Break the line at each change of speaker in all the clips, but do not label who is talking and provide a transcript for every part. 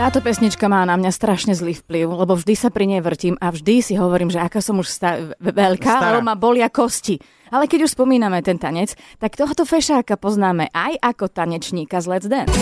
Táto pesnička má na mňa strašne zlý vplyv, lebo vždy sa pri nej vrtím a vždy si hovorím, že aká som už sta- veľká,
Stará.
ale ma bolia kosti. Ale keď už spomíname ten tanec, tak tohoto fešáka poznáme aj ako tanečníka z Let's Dance.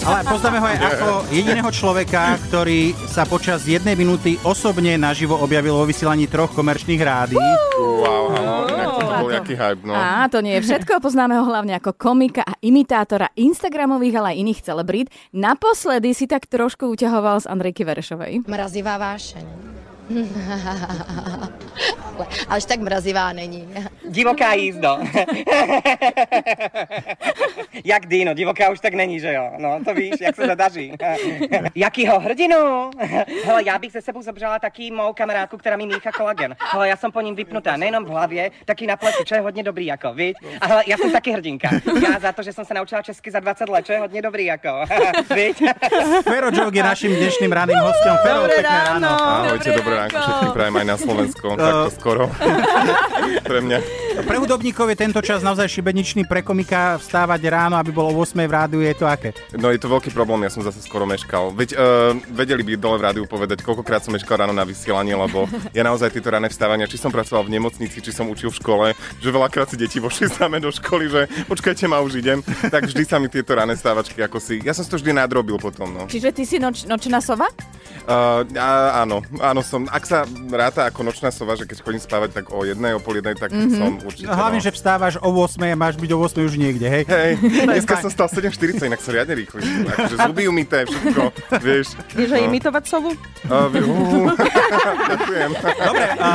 Ale poznáme ho aj ako jediného človeka, ktorý sa počas jednej minúty osobne naživo objavil vo vysielaní troch komerčných rádií.
Wow, áno, inak to bol nejaký hype, no.
A to nie je všetko, poznáme ho hlavne ako komika a imitátora Instagramových, ale aj iných celebrít. Naposledy si tak trošku uťahoval z Andrejky Verešovej.
Mrazivá vášeň. Ale až tak mrazivá není.
Divoká jízdo. jak Dino, divoká už tak není, že jo? No, to víš, jak se zadaří. Jakýho hrdinu? Hele, já bych ze sebou zabřela taky mou kamarádku, která mi míchá kolagen. Hele, já jsem po ním vypnutá, nejenom v hlavě, taky na plecu, čo je hodně dobrý, jako, viď? A hele, já jsem taky hrdinka. Já za to, že jsem se naučila česky za 20 let, čo je hodně dobrý, jako, viď?
Fero Jog je našim dnešným ranným hostom. Fero,
Dobré
pekné ráno.
Ahojte, dobré ránko všetkým prajem aj na Slovensku, takto skoro. Pre mňa.
Pre hudobníkov je tento čas naozaj šibeničný. Pre komika vstávať ráno, aby bolo o 8 v rádiu, je to aké?
No je to veľký problém, ja som zase skoro meškal. Veď uh, vedeli by dole v rádiu povedať, koľkokrát som meškal ráno na vysielanie, lebo ja naozaj tieto rané vstávania, či som pracoval v nemocnici, či som učil v škole, že veľakrát si deti vošli same do školy, že počkajte ma, už idem, tak vždy sa mi tieto rané stávačky ako si... Ja som si to vždy nadrobil potom, no.
Čiže ty si noč, nočná sova?
Uh, a, áno, áno som. Ak sa ráta ako nočná sova, že keď chodím spávať tak o jednej, o pol jednej, tak
Mhm.
mm-hmm. som určite.
No, Hlavne,
no.
že vstávaš o 8 a máš byť o 8 už niekde, hej?
Hej,
je
dneska
fajn.
som stal 7.40, inak som riadne rýchly. Takže zuby umité, všetko, vieš. No.
Vieš aj imitovať sovu?
Uh, vy- uh, Ďakujem.
Dobre, a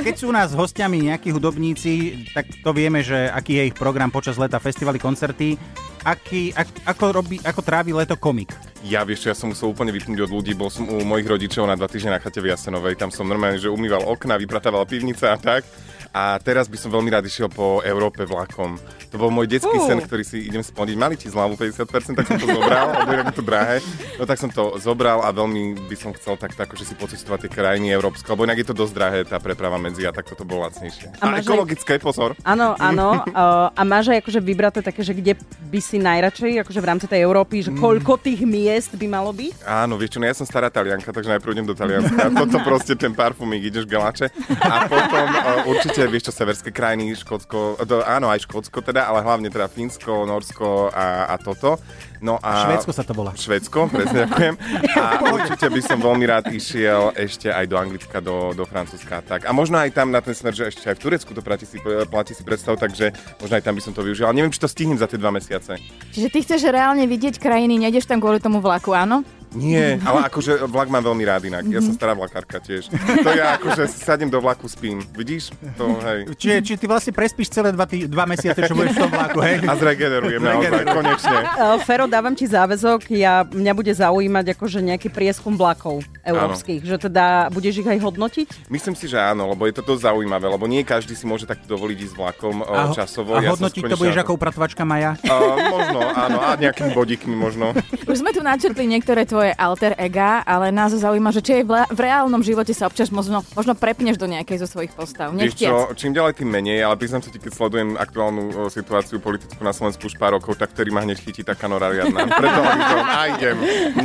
keď sú u nás hostiami nejakí hudobníci, tak to vieme, že aký je ich program počas leta, festivaly, koncerty. Aký, ak, ako, robí, ako trávi leto komik?
Ja vieš, čo, ja som musel úplne vypnúť od ľudí, bol som u mojich rodičov na dva týždne na chate v Jasenovej, tam som normálne, že umýval okna, vypratával pivnice a tak. A teraz by som veľmi rád išiel po Európe vlakom. To bol môj detský
Fú.
sen, ktorý si idem splniť. Mali ti zľavu 50%, tak som to zobral, lebo je to drahé. No tak som to zobral a veľmi by som chcel tak, tak akože si pocestovať tie krajiny európske, lebo inak je to dosť drahé, tá preprava medzi a takto to bolo lacnejšie. A,
A máš aj-
ekologické, pozor.
Áno, áno. Uh, a máš aj akože vybraté také, že kde by si najradšej, akože v rámci tej Európy,
Mm.
že koľko tých miest by malo byť?
Áno, vieš čo, no ja som stará talianka, takže najprv idem do Talianska. A Toto proste ten parfumík, ideš galáče. A potom uh, určite, vieš čo, severské krajiny, Škótsko, to, áno, aj Škótsko teda, ale hlavne teda Fínsko, Norsko a, a toto. No a...
Švédsko sa to volá.
Švédsko, presne ďakujem. A určite by som veľmi rád išiel ešte aj do Anglicka, do, do Francúzska. Tak. A možno aj tam na ten smer, že ešte aj v Turecku to platí si, e, platí si predstav, takže možno aj tam by som to využil. Ale neviem, či to stihnem za tie dva mesiace.
Čiže ty chceš reálne vidieť krajiny, nejdeš tam kvôli tomu vlaku, áno?
Nie, ale akože vlak mám veľmi rád inak. Ja
Mhm.
som stará vlakárka tiež. To ja akože sadnem do vlaku, spím. Vidíš? To hej.
Čiže, či ty vlastne prespíš celé dva, tý, dva mesiace, čo budeš v tom vlaku, hej?
A zregenerujem naozaj,
Zregenerujem.
konečne.
Uh, Fero, dávam ti záväzok, ja, mňa bude zaujímať akože nejaký prieskum vlakov európskych, že teda budeš ich aj hodnotiť?
Myslím si, že áno, lebo je to dosť zaujímavé, lebo nie každý si môže takto dovoliť ísť vlakom
A, ho-
a, časovo.
a
Ja som
hodnotiť to
skončila-
budeš ako upratovačka Maja?
Uh, možno, áno, a nejakými bodíkmi možno.
Už sme tu načrtli niektoré tvoje alter ega, ale nás zaujíma, že či aj v, le- v reálnom živote sa občas možno, možno prepneš do nejakej zo svojich postav.
Vieš
Nechtiac.
čo, čím ďalej tým menej, ale priznám sa ti, keď sledujem aktuálnu o, situáciu politickú na Slovensku už pár rokov, tak ktorý ma hneď chytí taká norariadna. Preto hovorím, a idem.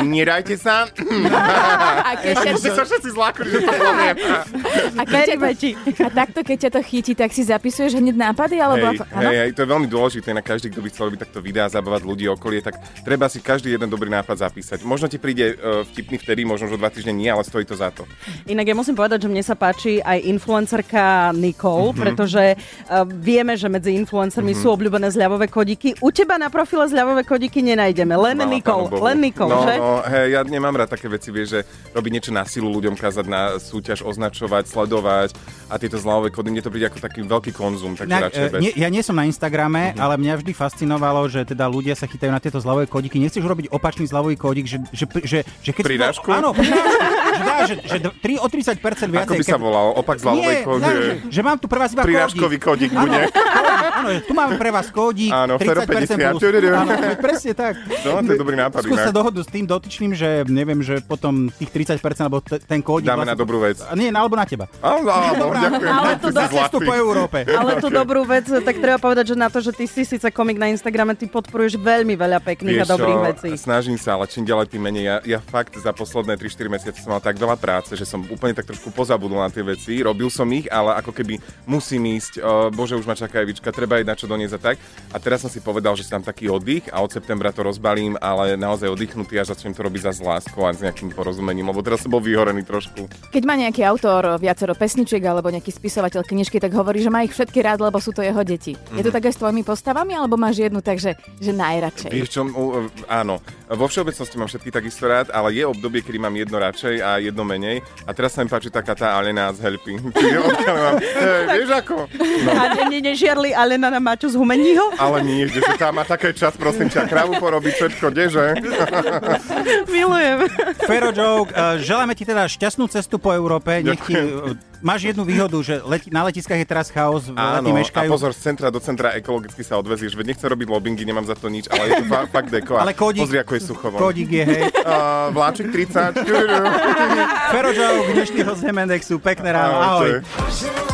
Nedajte sa.
A keď ťa
Musí sa všetci zlákli, že to poviem.
a keď ťa to,
ti.
a takto, keď ťa to chytí, tak si zapisuješ hneď nápady? Alebo
Hej,
ako, áno?
hej, hej, to je veľmi dôležité na každý, kto by chcel robiť takto videá, zabávať ľudí okolie, tak treba si každý jeden dobrý nápad zapísať. Možno ti príde uh, vtipný vtedy, možno už o dva týždne nie, ale stojí to za to.
Inak ja musím povedať, že mne sa páči aj influencerka Nikol,
Mhm.
mm-hmm. pretože uh, vieme, že medzi influencermi mm-hmm. sú obľúbené zľavové kodiky. U teba na profile zľavové kodiky nenájdeme, len
Chvála
Nikol,
Pánu Bohu.
len Nikol,
no,
že?
No, hej, ja nemám rád také veci, vieš, že robiť niečo na silu ľuďom, kázať na súťaž, označovať, sledovať a tieto zľavové kódy, mne to príde ako taký veľký konzum, takže
Na,
radšej bez.
e,
Mhm.
nie, ja nie som na Instagrame, uh-huh. ale mňa vždy fascinovalo, že teda ľudia sa chytajú na tieto zľavové kódiky. Nechceš urobiť opačný zľavový kódik, že, že, že, že keď...
Pridášku?
Áno, pridášku. že, dá, že, že dv- tri- o 30% viacej.
Ako by sa
keď-
volal? Opak zľavovej
Nie,
kódy.
dá, že, že mám tu pre vás iba
Prirážkový
kódik.
kódik
Áno,
bude.
kódik. Áno, tu máme pre vás kódik
Áno,
30% plus.
50.
Áno, presne tak.
No, to je dobrý nápad
Skús sa
inak.
dohodnúť s tým dotyčným, že neviem, že potom tých 30% alebo te- ten kódik...
Dáme na dobrú vec.
A Nie, na- alebo na teba.
Áno, áno,
Dobrá,
ďakujem.
ale
ty
to
si
do-
zlatý.
Cestu po Európe.
Ale tú dobrú vec, tak treba povedať, že na to, že ty si síce komik na Instagrame, ty podporuješ veľmi veľa pekných a
Vieš
dobrých
čo,
vecí.
Snažím sa, ale čím ďalej tým menej. Ja, ja fakt za posledné 3-4 mesiace som mal tak veľa práce, že som úplne tak trošku pozabudol na tie veci. Robil som ich, ale ako keby musím ísť. Uh, bože, už ma čaká Evička, treba jej na čo doniesť a tak. A teraz som si povedal, že si tam taký oddych a od septembra to rozbalím, ale naozaj oddychnutý a začnem to robiť za s láskou a s nejakým porozumením, lebo teraz som bol vyhorený trošku.
Keď má nejaký autor viacero pesničiek alebo nejaký spisovateľ knižky, tak hovorí, že má ich všetky rád, lebo sú to jeho deti. Je
Mhm.
to tak aj s tvojimi postavami, alebo máš jednu takže že najradšej?
Vieš čo, u- áno. Vo všeobecnosti mám všetky takisto rád, ale je obdobie, kedy mám jedno radšej a jedno menej. A teraz sa mi páči taká tá Alena z Helpy. Čiže odkiaľ mám, e, vieš ako? No.
A ne, ne, nežiarli Alena na Maťu z Humeního?
Ale nie, že tá má také čas, prosím ťa, kravu porobí všetko, kdeže?
Milujem.
Fero joke, eh, želáme ti teda šťastnú cestu po Európe. Nech ti, eh, máš jednu výhodu, že leti, na letiskách je teraz chaos, lety
Áno, a
meškajú.
pozor, z centra do centra ekologicky sa odvezieš, veď nechcem robiť lobbingy, nemám za to nič, ale je to fa- fakt deko. A
Ale kódik-
Pozri, ako je sucho von.
Kódik je, hej.
Uh, vláčik 30.
Fero joke, dnešný host Hemendexu, pekné ráno, ahoj.
Ahojte.
Žil